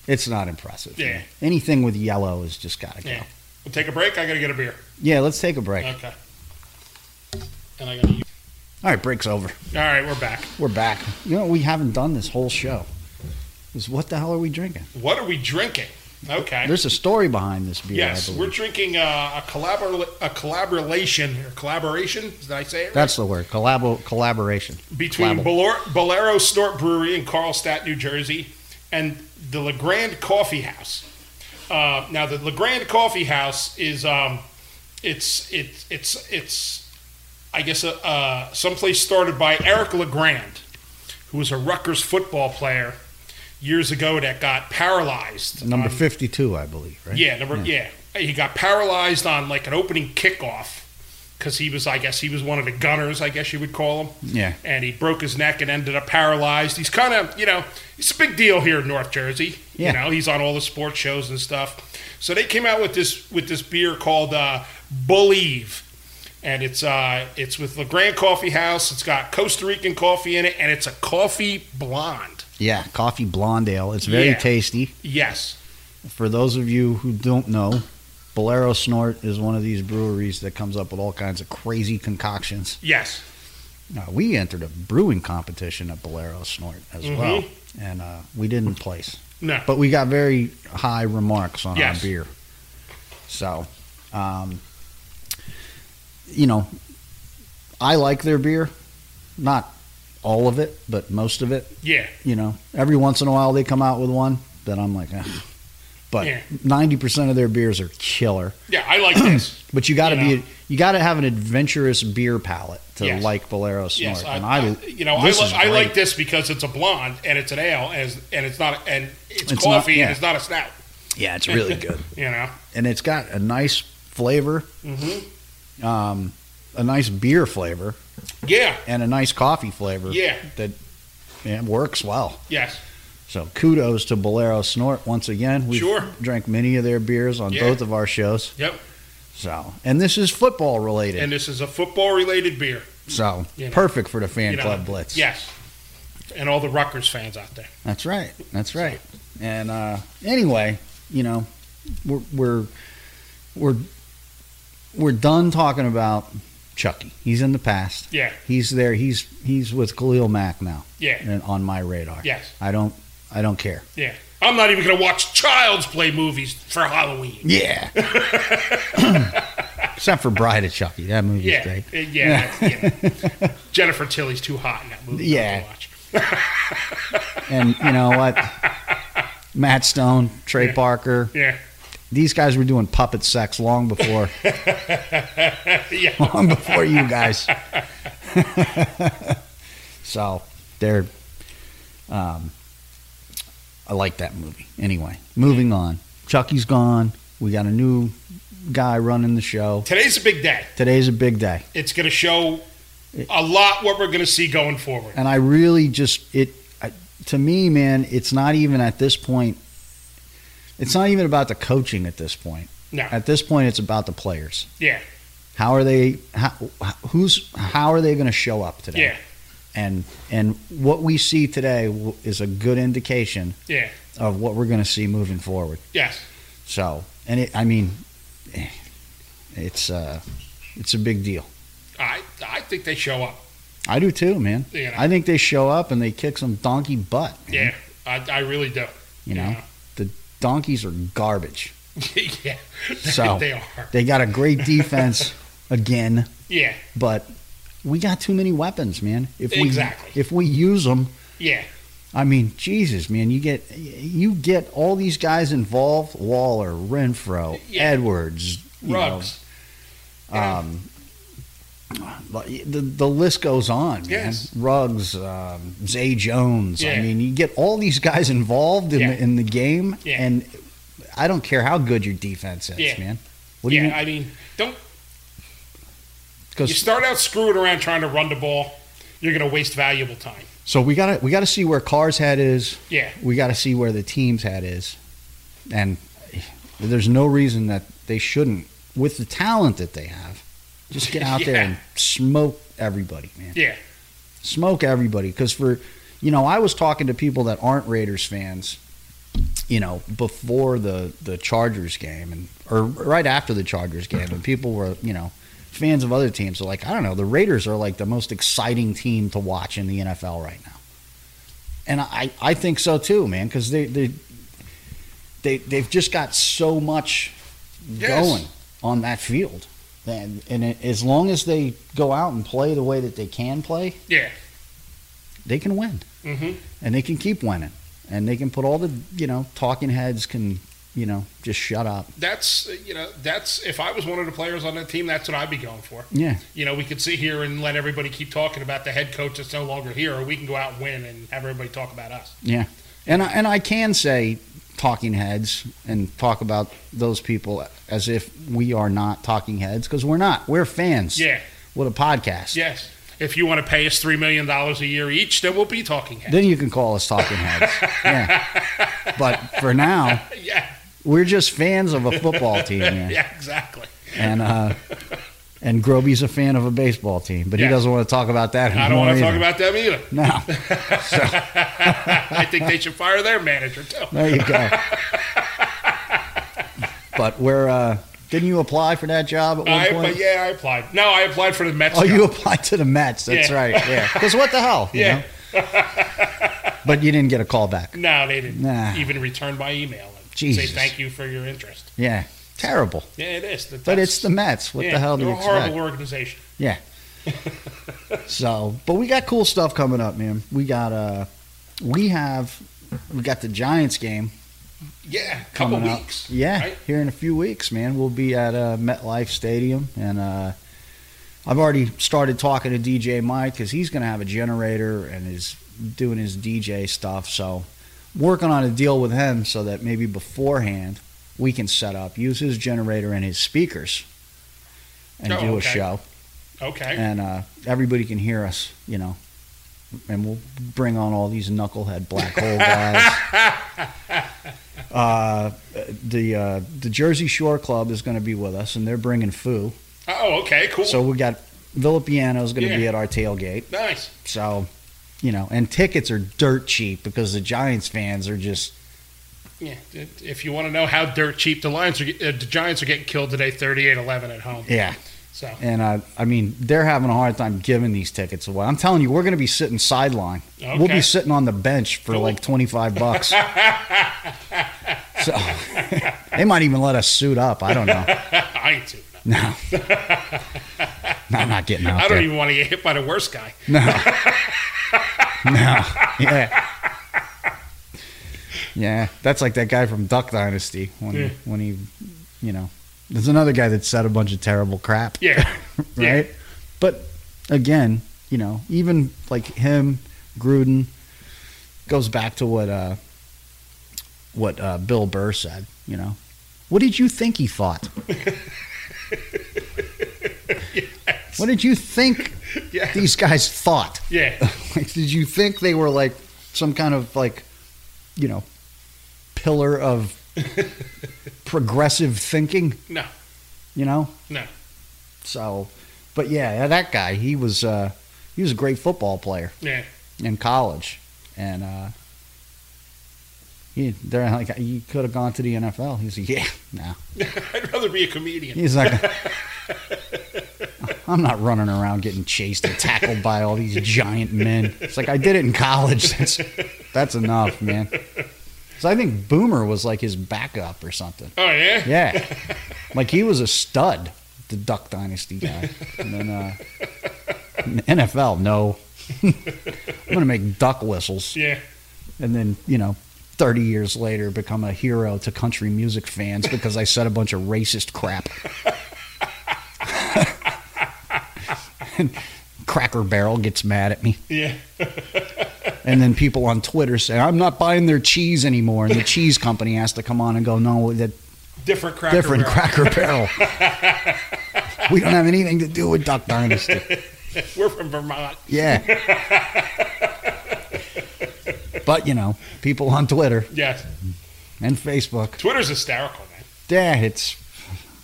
D: it's not impressive.
C: Yeah.
D: man. Anything with yellow has just got to go.
C: Yeah. Uh.
D: Yeah.
C: We'll take a break. I gotta get a beer.
D: Let's take a break.
C: Okay. And I gotta.
D: All right, break's over.
C: All right, we're back.
D: We're back. You know, we haven't done this whole show. Is what the hell are we drinking?
C: What are we drinking? Okay.
D: There's a story behind this beer.
C: Yes,
D: I
C: we're
D: believe.
C: drinking uh, a collabor a collaboration or collaboration. Did I say it?
D: That's the word. Collabo- collaboration.
C: Between
D: collabor-
C: Bolor- Bolero Snort Brewery in Carlstadt, New Jersey, and the Legrand Coffee House. Uh, now, the Legrand Coffee House is um, it's it's it's it's I guess uh, uh, someplace started by Eric Legrand, who was a Rutgers football player years ago that got paralyzed.
D: Number
C: on-
D: 52, I believe, right?
C: Um, Yeah, number yeah. He got paralyzed on like an opening kickoff because he was, I guess, he was one of the gunners, I guess you would call him.
D: Yeah.
C: And he broke his neck and ended up paralyzed. He's kind of, you know, it's a big deal here in North Jersey.
D: Yeah.
C: You know, he's on all the sports shows and stuff. So they came out with this with this beer called uh, Believe. And it's uh it's with La Grande Coffee House. It's got Costa Rican coffee in it, and it's a coffee blonde.
D: Yeah, coffee blonde ale. It's very
C: Yeah.
D: tasty.
C: Yes.
D: For those of you who don't know, Bolero Snort is one of these breweries that comes up with all kinds of crazy concoctions.
C: Yes.
D: Now, Uh, we entered a brewing competition at Bolero Snort as
C: Mm-hmm.
D: well, and uh, we didn't place.
C: No.
D: But we got very high remarks on
C: Yes.
D: our beer. So, um, you know, I like their beer. Not all of it, but most of it.
C: Yeah.
D: You know, every once in a while they come out with one that I'm like, eh. but
C: Yeah.
D: ninety percent of their beers are killer.
C: Yeah, I like this.
D: But you got to
C: You
D: be, you got to have an adventurous beer palate to
C: Yes.
D: like Bolero Snort.
C: Yes, I,
D: and
C: I-
D: I,
C: you know, I,
D: this
C: li-
D: is
C: I like
D: great.
C: this because it's a blonde and it's an ale and it's, and it's not and it's,
D: It's not-
C: coffee
D: yeah.
C: and it's not a stout.
D: Yeah, it's really good.
C: You know,
D: and it's got a nice flavor,
C: Mm-hmm.
D: um, a nice beer flavor,
C: yeah,
D: and a nice coffee flavor.
C: Yeah.
D: that yeah, works well.
C: yes,
D: So kudos to Bolero Snort once again. We
C: Sure.
D: drank many of their beers on
C: Yeah.
D: both of our shows.
C: Yep.
D: So, and this is football related.
C: and this is a football-related beer.
D: so,
C: You know.
D: perfect for the fan
C: you know.
D: club blitz.
C: Yes, and all the Rutgers fans out there.
D: That's right. That's right. And uh, anyway, you know, we're we're we're we're done talking about Chucky. He's in the past.
C: Yeah.
D: He's there. He's he's with Khalil Mack now.
C: Yeah.
D: And on my radar.
C: Yes.
D: I don't I don't care.
C: Yeah. I'm not even going to watch Child's Play movies for Halloween.
D: Yeah. Except for Bride of Chucky. That movie's
C: Yeah.
D: great.
C: uh, Yeah. that's- yeah. Jennifer Tilly's too hot in that movie. not to
D: Yeah.
C: watch.
D: And you know what? Matt Stone, Trey Parker,
C: Yeah.
D: these guys were doing puppet sex long before long before you guys. so they're um I like that movie. Anyway, moving on. Chucky's gone. We got a new guy running the show.
C: Today's a big day.
D: Today's a big day.
C: It's going to show a lot what we're going to see going forward.
D: and I really just it I, to me, man. It's not even at this point. It's not even about the coaching at this point.
C: No.
D: At this point, it's about the players.
C: Yeah.
D: How are they? How, who's? How are they going to show up today?
C: Yeah.
D: And and what we see today w- is a good indication
C: Yeah.
D: of what we're going to see moving forward.
C: Yes.
D: So, and it, I mean, eh, it's uh, it's a big deal.
C: I I think they show up.
D: I do too, man.
C: You know.
D: I think they show up and they kick some donkey butt. man.
C: Yeah. I, I really do.
D: You know, the donkeys are garbage.
C: yeah.
D: So-
C: they are.
D: They got a great defense again,
C: Yeah.
D: but we got too many weapons, man. If we
C: Exactly.
D: if we use them,
C: Yeah.
D: I mean, Jesus, man, you get you get all these guys involved: Waller, Renfro,
C: Yeah.
D: Edwards, you know,
C: Rugs. Yeah.
D: um, the the list goes on, man.
C: Yes.
D: Ruggs, um, Zay Jones. I
C: Yeah.
D: mean, you get all these guys involved in
C: Yeah.
D: the, in the game,
C: Yeah.
D: and I don't care how good your defense is,
C: Yeah.
D: man. What do
C: yeah,
D: you
C: I mean, don't
D: Because
C: you start out screwing around trying to run the ball, you're going to waste valuable time.
D: so we gotta we gotta see where Carr's head is.
C: Yeah.
D: We gotta see where the team's head is, and there's no reason that they shouldn't, with the talent that they have, just get out there
C: Yeah.
D: and smoke everybody, man.
C: Yeah.
D: smoke everybody because for you know i was talking to people that aren't raiders fans you know before the the chargers game and or right after the chargers game and people were you know fans of other teams are like i don't know the raiders are like the most exciting team to watch in the nfl right now and i i think so too man because they they they they've just got so much
C: Yes.
D: going on that field and and it, as long as they go out and play the way that they can play
C: Yeah.
D: they can win
C: Mm-hmm.
D: and they can keep winning and they can put all the you know talking heads can you know just shut up
C: That's uh, you know that's if I was one of the players on that team, that's what I'd be going for.
D: yeah
C: You know, we could sit here and let everybody keep talking about the head coach that's no longer here, or we can go out and win and have everybody talk about us.
D: yeah and I, and I can say talking heads and talk about those people as if we are not talking heads because we're not we're fans
C: Yeah.
D: with a podcast
C: Yes. If you want to pay us three million dollars a year each, then we'll be talking heads.
D: then you can call us talking heads yeah but for now
C: Yeah.
D: we're just fans of a football team man.
C: Yeah. Exactly.
D: and uh and groby's a fan of a baseball team but
C: Yeah.
D: he doesn't want to talk about that
C: I don't want to
D: anymore
C: talk about them either.
D: either. no
C: I think they should fire their manager too.
D: There you go. but where uh, didn't you apply for that job at one
C: I,
D: point?
C: but yeah, I applied. No, I applied for the Mets.
D: Oh,
C: job.
D: you applied to the Mets. That's
C: Yeah.
D: right. Yeah. Because what the hell? you
C: Yeah.
D: know? but you didn't get a call back.
C: No, they didn't
D: Nah.
C: even return my email and
D: Jesus.
C: say thank you for your interest.
D: Yeah. Terrible.
C: Yeah, it is. The
D: But
C: Ducks.
D: it's the Mets. What
C: Yeah,
D: the hell do
C: They're
D: you
C: a horrible
D: expect?
C: organization.
D: Yeah. so, but we got cool stuff coming up, man. We got uh, we have we got the Giants game
C: Yeah, a couple
D: coming up.
C: weeks.
D: Yeah,
C: right?
D: here in a few weeks, man. We'll be at uh, MetLife Stadium, and uh, I've already started talking to DJ Mike because he's going to have a generator and is doing his DJ stuff. So, working on a deal with him so that maybe beforehand we can set up, use his generator and his speakers, and
C: Oh,
D: do a
C: okay.
D: show,
C: Okay.
D: and uh, everybody can hear us, you know. And we'll bring on all these knucklehead black hole guys. Uh, the uh, the Jersey Shore Club is going to be with us, and they're bringing foo.
C: oh, okay. Cool.
D: So we got Villapiano is going to be
C: Yeah.
D: at our tailgate.
C: nice.
D: So, you know, and tickets are dirt cheap because the Giants fans are just
C: Yeah. If you want to know how dirt cheap the Lions are, uh, the Giants are getting killed today, thirty-eight eleven at home.
D: yeah.
C: So
D: And I, I mean, they're having a hard time giving these tickets away. I'm telling you, we're going to be sitting sideline. We'll
C: Okay.
D: be sitting on the bench for
C: Cool.
D: like 25 bucks. so they might even let us suit up. I don't know.
C: I ain't doing that.
D: No, No, I'm not getting out
C: I don't
D: there.
C: even want to get hit by the worst guy.
D: yeah. Yeah, that's like that guy from Duck Dynasty when
C: Yeah.
D: when he, you know, there's another guy that said a bunch of terrible crap.
C: Yeah. Yeah.
D: right? But again, you know, even like him, Gruden goes back to what uh what uh Bill Burr said, you know. What did you think he thought? What did you think
C: Yes.
D: these guys thought?
C: Yeah.
D: like, did you think they were like some kind of like, you know, pillar of progressive thinking?
C: No.
D: You know,
C: No.
D: so, but yeah, yeah, that guy, he was uh, he was a great football player
C: Yeah.
D: in college, and uh, he they're like he could have gone to the NFL. He's like, yeah, no,
C: I'd rather be a comedian.
D: he's like, I'm not running around getting chased and tackled by all these giant men. It's like I did it in college. That's that's enough, man. So I think Boomer was like his backup or something.
C: Oh yeah.
D: Yeah. Like he was a stud, the Duck Dynasty guy. And then uh NFL, no. I'm gonna make duck whistles.
C: Yeah.
D: And then, you know, thirty years later become a hero to country music fans because I said a bunch of racist crap. and Cracker Barrel gets mad at me.
C: Yeah.
D: And then people on Twitter say, I'm not buying their cheese anymore. And the cheese company has to come on and go, no, that
C: Different cracker.
D: different
C: Barrel.
D: Cracker Barrel. we don't have anything to do with Duck Dynasty.
C: We're from Vermont.
D: Yeah. But you know, people on Twitter
C: Yes.
D: and Facebook.
C: Twitter's hysterical, man.
D: Yeah, it's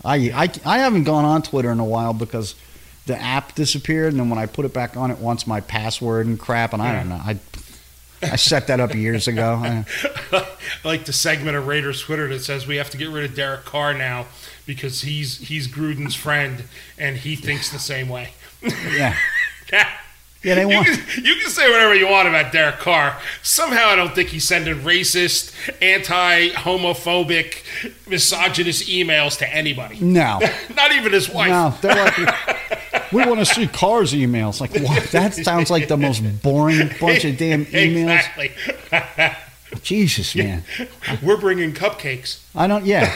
D: I, I I haven't gone on Twitter in a while because the app disappeared, and then when I put it back on, it wants my password and crap, and I don't know. I I set that up years ago. I-
C: I like the segment of Raiders Twitter that says we have to get rid of Derek Carr now because he's he's Gruden's friend and he thinks the same way.
D: yeah, yeah, they
C: You
D: want.
C: can, you can say whatever you want about Derek Carr. Somehow, I don't think he's sending racist, anti-homophobic, misogynist emails to anybody.
D: No,
C: Not even his wife.
D: No, they're like, we want to see cars emails. Like, what? That sounds like the most boring bunch of damn emails.
C: Exactly.
D: Jesus, man.
C: We're bringing cupcakes.
D: I don't, yeah.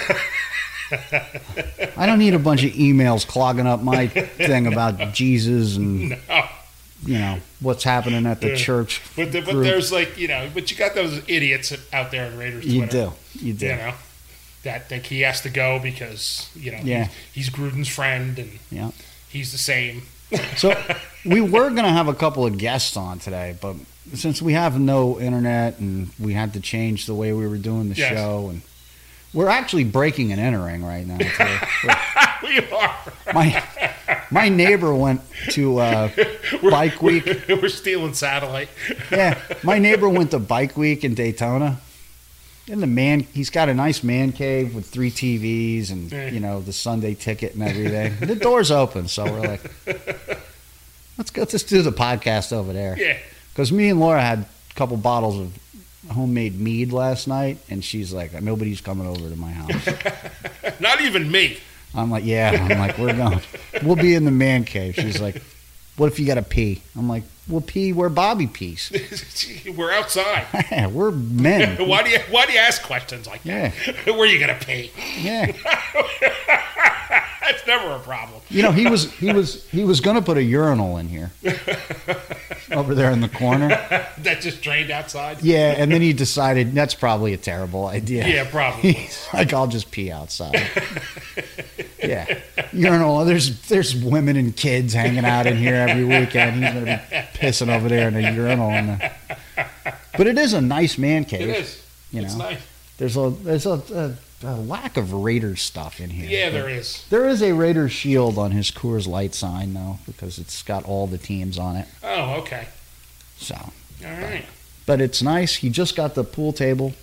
D: I don't need a bunch of emails clogging up my thing about Jesus and, you know, what's happening at the church.
C: But, the, but
D: group.
C: there's like you know, but you got those idiots out there in Raiders.
D: You
C: Twitter.
D: do. You do.
C: you know that like he has to go because you know
D: Yeah.
C: he's, he's Gruden's friend and
D: Yeah.
C: he's the same.
D: So we were going to have a couple of guests on today, but since we have no internet and we had to change the way we were doing the
C: Yes.
D: show, and we're actually breaking and entering right now. too.
C: we are.
D: my my neighbor went to uh, bike week.
C: We're stealing satellite.
D: Yeah, my neighbor went to bike week in Daytona. And the man, he's got a nice man cave with three TVs and
C: Yeah.
D: you know the Sunday ticket and everything. the door's open, so we're like, let's go. Let's do the podcast over there.
C: Yeah.
D: Because me and Laura had a couple bottles of homemade mead last night, and she's like, nobody's coming over to my house.
C: Not even me.
D: I'm like, yeah. I'm like, we're going. We'll be in the man cave. She's like, what if you got to pee? I'm like, we'll pee where Bobby pees.
C: We're outside.
D: we're men.
C: Why do you Why do you ask questions like that? Where are you gonna pee?
D: Yeah.
C: That's never a problem.
D: You know, he was he was he was gonna put a urinal in here. Over there in the corner.
C: That just drained outside.
D: Yeah, and then he decided that's probably a terrible idea.
C: Yeah, probably.
D: He's like I'll just pee outside. yeah. Urinal. There's there's women and kids hanging out in here every weekend. He's gonna be pissing over there in a urinal in the... But it is a nice man cave.
C: It is.
D: You
C: it's
D: know.
C: nice.
D: There's a there's a, a, a lack of Raider stuff in here.
C: Yeah, there is.
D: There is a Raider shield on his Coors Light sign though, because it's got all the teams on it.
C: Oh, okay.
D: So,
C: All right.
D: but it's nice. He just got the pool table.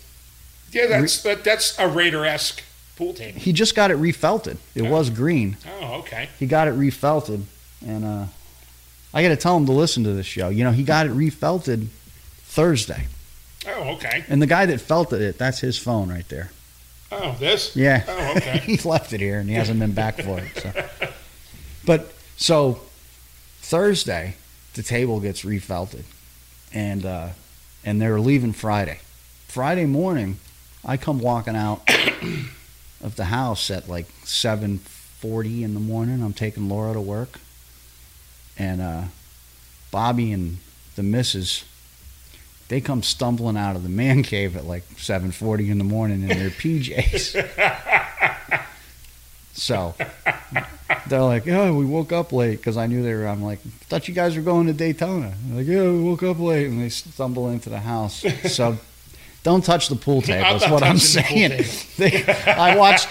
C: Yeah, that's that, that's a Raider esque pool table.
D: He just got it refelted. It
C: Oh.
D: was green.
C: Oh, okay.
D: He got it refelted, and uh, I got to tell him to listen to this show. You know, he got it refelted Thursday,
C: Oh, okay.
D: and the guy that felted it, that's his phone right there.
C: Oh, this.
D: Yeah.
C: Oh, okay.
D: he left it here and he hasn't been back for it. So. But so Thursday, the table gets refelted, and uh, and they're leaving Friday. Friday morning, I come walking out of the house at like seven forty in the morning. I'm taking Laura to work, and uh, Bobby and the missus. They come stumbling out of the man cave at like 7:40 in the morning in their PJs. So they're like, "Oh, we woke up late because I knew they were." I'm like, "Thought you guys were going to Daytona." They're like, "Yeah, we woke up late," and they stumble into the house. So don't touch the pool table. Is
C: not
D: what I'm
C: touching the pool
D: saying. They, I watched.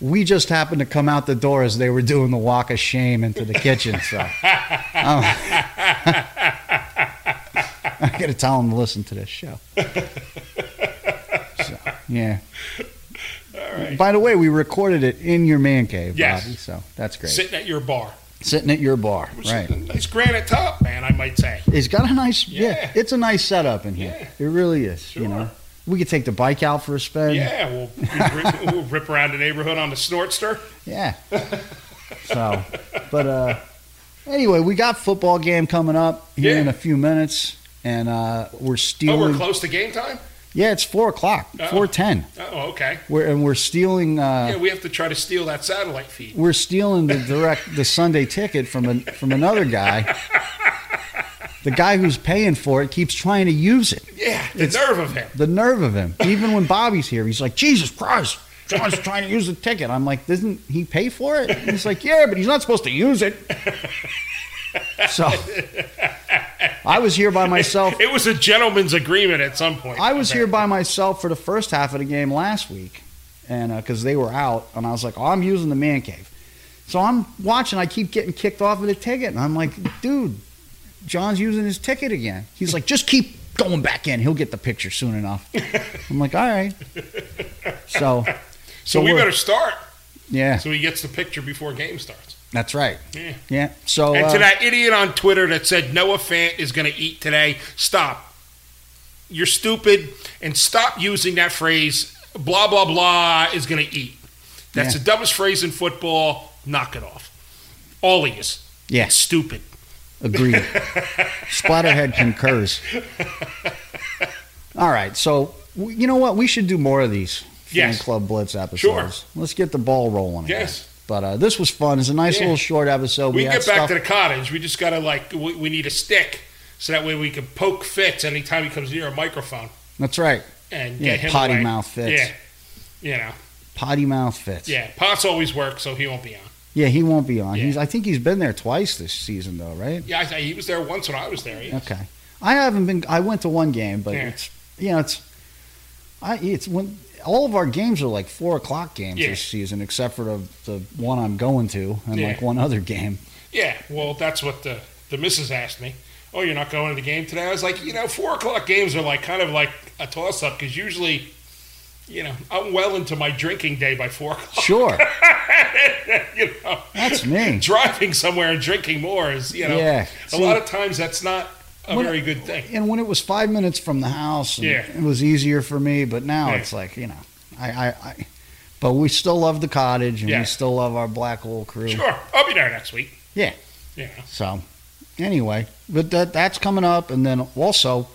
D: We just happened to come out the door as they were doing the walk of shame into the kitchen. So um, I got to tell them to listen to this show. So, yeah. By the way, we recorded it in your man cave,
C: Yes.
D: Bobby. So that's great.
C: Sitting at your bar.
D: Sitting at your bar, right?
C: Nice granite top, man. I might say.
D: It's got a nice, yeah.
C: Yeah.
D: It's a nice setup in here. It really is. You know,
C: Sure.
D: we could take the bike out for a spin.
C: Yeah, we'll, we rip, we'll rip around the neighborhood on the snortster.
D: Yeah. so, but uh, anyway, we got football game coming up here
C: Yeah.
D: in a few minutes, and uh, we're
C: Oh, we're
D: stealing.
C: close to game time.
D: yeah, it's four o'clock,
C: Oh.
D: four ten.
C: Oh, okay.
D: We're and we're stealing. Uh,
C: Yeah, we have to try to steal that satellite feed.
D: we're stealing the direct the Sunday ticket from an, from another guy. The guy who's paying for it keeps trying to use it.
C: Yeah, the nerve of him.
D: The nerve of him. Even when Bobby's here, he's like, "Jesus Christ, John's trying to use the ticket." I'm like, "Doesn't he pay for it?" And he's like, "Yeah, but he's not supposed to use it." So I was here by myself.
C: It was a gentleman's agreement at some point.
D: I was
C: bet.
D: here by myself for the first half of the game last week, and because they were out, and I was like, "Oh, I'm using the man cave." So I'm watching. I keep getting kicked off of the ticket, and I'm like, "Dude, John's using his ticket again." He's like, "Just keep going back in. He'll get the picture soon enough." I'm like, "All right." So,
C: So we
D: we're-
C: better start.
D: Yeah,
C: So he gets the picture before game starts.
D: that's right.
C: Yeah.
D: Yeah. So
C: And
D: uh,
C: to that idiot on Twitter that said Noah Fant is going to eat today, stop. You're stupid, and stop using that phrase. Blah blah blah is going to eat. That's
D: Yeah.
C: the dumbest phrase in football. Knock it off. All of yous.
D: Yeah.
C: It's stupid.
D: Agreed. Splatterhead concurs. All right, so w- you know what? We should do more of these fan
C: Yes.
D: club blitz episodes.
C: Sure.
D: Let's get the ball rolling. Again.
C: Yes.
D: But uh, this was fun. It's a nice
C: Yeah.
D: little short episode.
C: We,
D: had
C: get back
D: stuff-
C: to the cottage. We just got to like we, we need a stick so that way we can poke Fitz anytime he comes near a microphone
D: That's right.
C: and
D: Yeah,
C: get him
D: potty
C: away.
D: mouth Fitz.
C: Yeah. You know,
D: Potty mouth fits.
C: yeah. Pots always work, so he won't be on.
D: Yeah, he won't be on.
C: Yeah.
D: He's. I think he's been there twice this season, though, right?
C: Yeah, I, I- he was there once when I was there. Yeah.
D: Okay. I haven't been. I went to one game, but
C: Yeah.
D: it's you know it's. I it's when all of our games are like four o'clock games
C: Yeah.
D: this season, except for the the one I'm going to and
C: Yeah.
D: like one other game.
C: Yeah, well, that's what the the missus asked me. Oh, you're not going to the game today? I was like, you know, four o'clock games are like kind of like a toss up because usually, you know, I'm well into my drinking day by four o'clock.
D: Sure,
C: you know,
D: that's me.
C: driving somewhere and drinking more is, you know,
D: Yeah,
C: a
D: see-
C: lot of times that's not a
D: When-
C: very good thing.
D: And when it was five minutes from the house, and
C: Yeah.
D: it was easier for me. But now
C: Yeah.
D: it's like you know, I, I I. But we still love the cottage, and
C: Yeah.
D: we still love our black wool crew.
C: Sure, I'll be there next week.
D: Yeah.
C: Yeah.
D: So, anyway, but that that's coming up, and then also,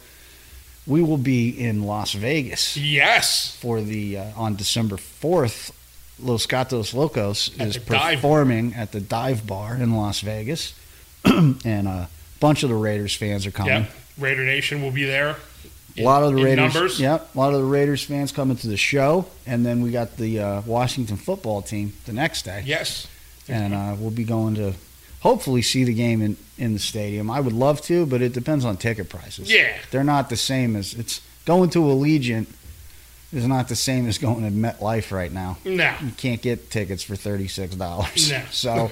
D: we will be in Las Vegas
C: Yes.
D: for the uh, on December fourth. Los Gatos Locos
C: At
D: is
C: the dive bar.
D: performing at the dive bar in Las Vegas, and a bunch of the Raiders fans are coming.
C: Yep. Raider Nation will be there.
D: A lot of the
C: in
D: Raiders,
C: numbers.
D: yep, a lot of the Raiders fans coming to the show, and then we got the uh, Washington football team the next day.
C: Yes.
D: and uh, we'll be going to hopefully see the game in, in the stadium. I would love to, but it depends on ticket prices.
C: Yeah.
D: they're not the same as it's going to Allegiant is not the same as going to MetLife right now.
C: No.
D: You can't get tickets for thirty six dollars.
C: No.
D: So,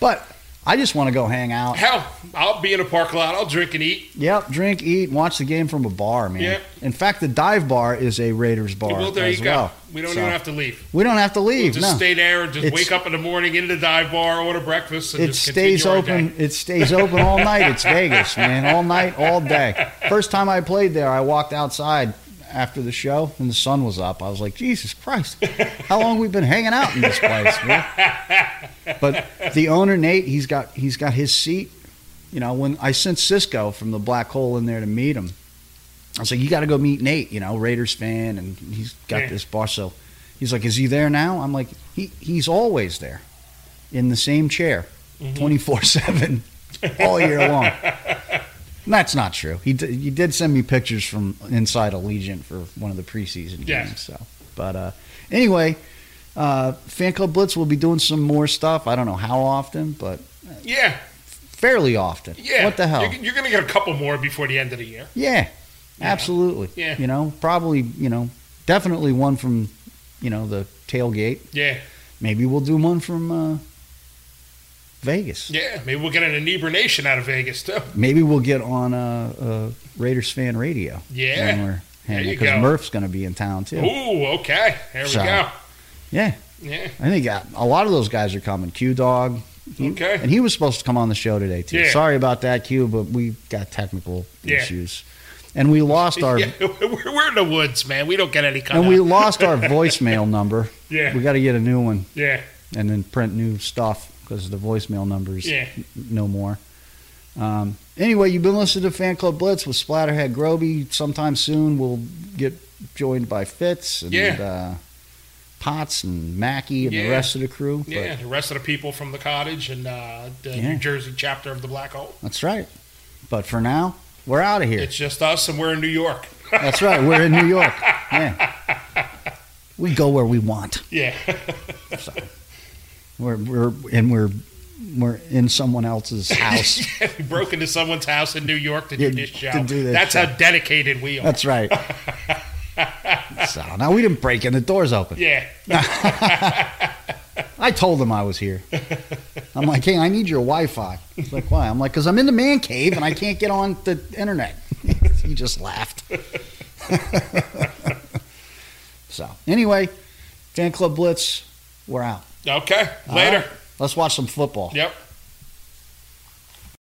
D: but I just want to go hang out.
C: Hell, I'll be in a parking lot. I'll drink and eat.
D: Yep, drink, eat, watch the game from a bar, man.
C: Yeah.
D: In fact, the dive bar is a Raiders bar.
C: well, there
D: as
C: you go.
D: well.
C: We don't
D: So,
C: even have to leave.
D: We don't have to leave.
C: Just
D: no.
C: stay there and just
D: It's-
C: wake up in the morning, into the dive bar, order breakfast, and
D: it
C: just
D: stays
C: continue our
D: open.
C: day.
D: It stays open all night. It's Vegas, man. All night, all day. First time I played there, I walked outside after the show and the sun was up. I was like, Jesus Christ, how long we been hanging out in this place, man? But the owner Nate, he's got he's got his seat. You know, when I sent Cisco from the black hole in there to meet him, I was like, you got to go meet Nate. You know, Raiders fan, and he's got
C: Yeah.
D: this bar. So he's like, is he there now? I'm like, he he's always there, in the same chair.
C: Mm-hmm.
D: 24 7 all year long. And That's not true. He did, he did send me pictures from inside Allegiant for one of the preseason
C: Yes.
D: games. So, but uh, anyway, uh, Fan Club Blitz will be doing some more stuff. I don't know how often, but
C: Yeah,
D: fairly often.
C: yeah.
D: What the hell?
C: You're, you're going to get a couple more before the end of the year.
D: yeah, absolutely.
C: Yeah.
D: You know, probably. You know, definitely one from you know the tailgate.
C: Yeah,
D: Maybe we'll do one from uh, Vegas.
C: yeah. Maybe we'll get an inebrination out of Vegas too.
D: Maybe we'll get on uh, uh, Raiders fan radio.
C: Yeah.
D: when we're
C: There
D: hanging
C: you
D: because
C: go.
D: Murph's going to be in town too.
C: Ooh, okay. There we
D: So-
C: go.
D: Yeah,
C: Yeah.
D: I think uh, a lot of those guys are coming. Q Dog. He-
C: Okay.
D: And he was supposed to come on the show today too.
C: Yeah.
D: Sorry about that, Q, but we got technical
C: Yeah.
D: issues, and we lost our
C: yeah, we're, we're in the woods, man. We don't get any kind
D: and
C: of.
D: we lost our voicemail number.
C: Yeah.
D: We got to get a new one
C: yeah,
D: and then print new stuff because the voicemail numbers
C: yeah.
D: no more. Um, anyway, you've been listening to Fan Club Blitz with Splatterhead Groby. Sometime soon, we'll get joined by Fitz and
C: Yeah.
D: uh, Potts and Mackey and the
C: Yeah.
D: rest of the crew. But
C: Yeah, the rest of the people from the cottage and uh, the
D: Yeah.
C: New Jersey chapter of the Black Hole.
D: That's right. But for now, we're out of here.
C: It's just us, and we're in New York.
D: That's right. We're in New York. Yeah. We go where we want.
C: Yeah,
D: We're, we're and we're we're in someone else's house.
C: we broke into someone's house in New York to
D: Yeah,
C: do this
D: to
C: show.
D: do this
C: That's
D: show.
C: how dedicated we are.
D: That's right. so now we didn't break in. The door's open.
C: yeah,
D: I told him I was here. I'm like, hey, I need your Wi-Fi. He's like, why? I'm like, because I'm in the man cave and I can't get on the internet. he just laughed. so anyway, fan club blitz, we're out.
C: Okay. Later.
D: Let's watch some football.
C: Yep.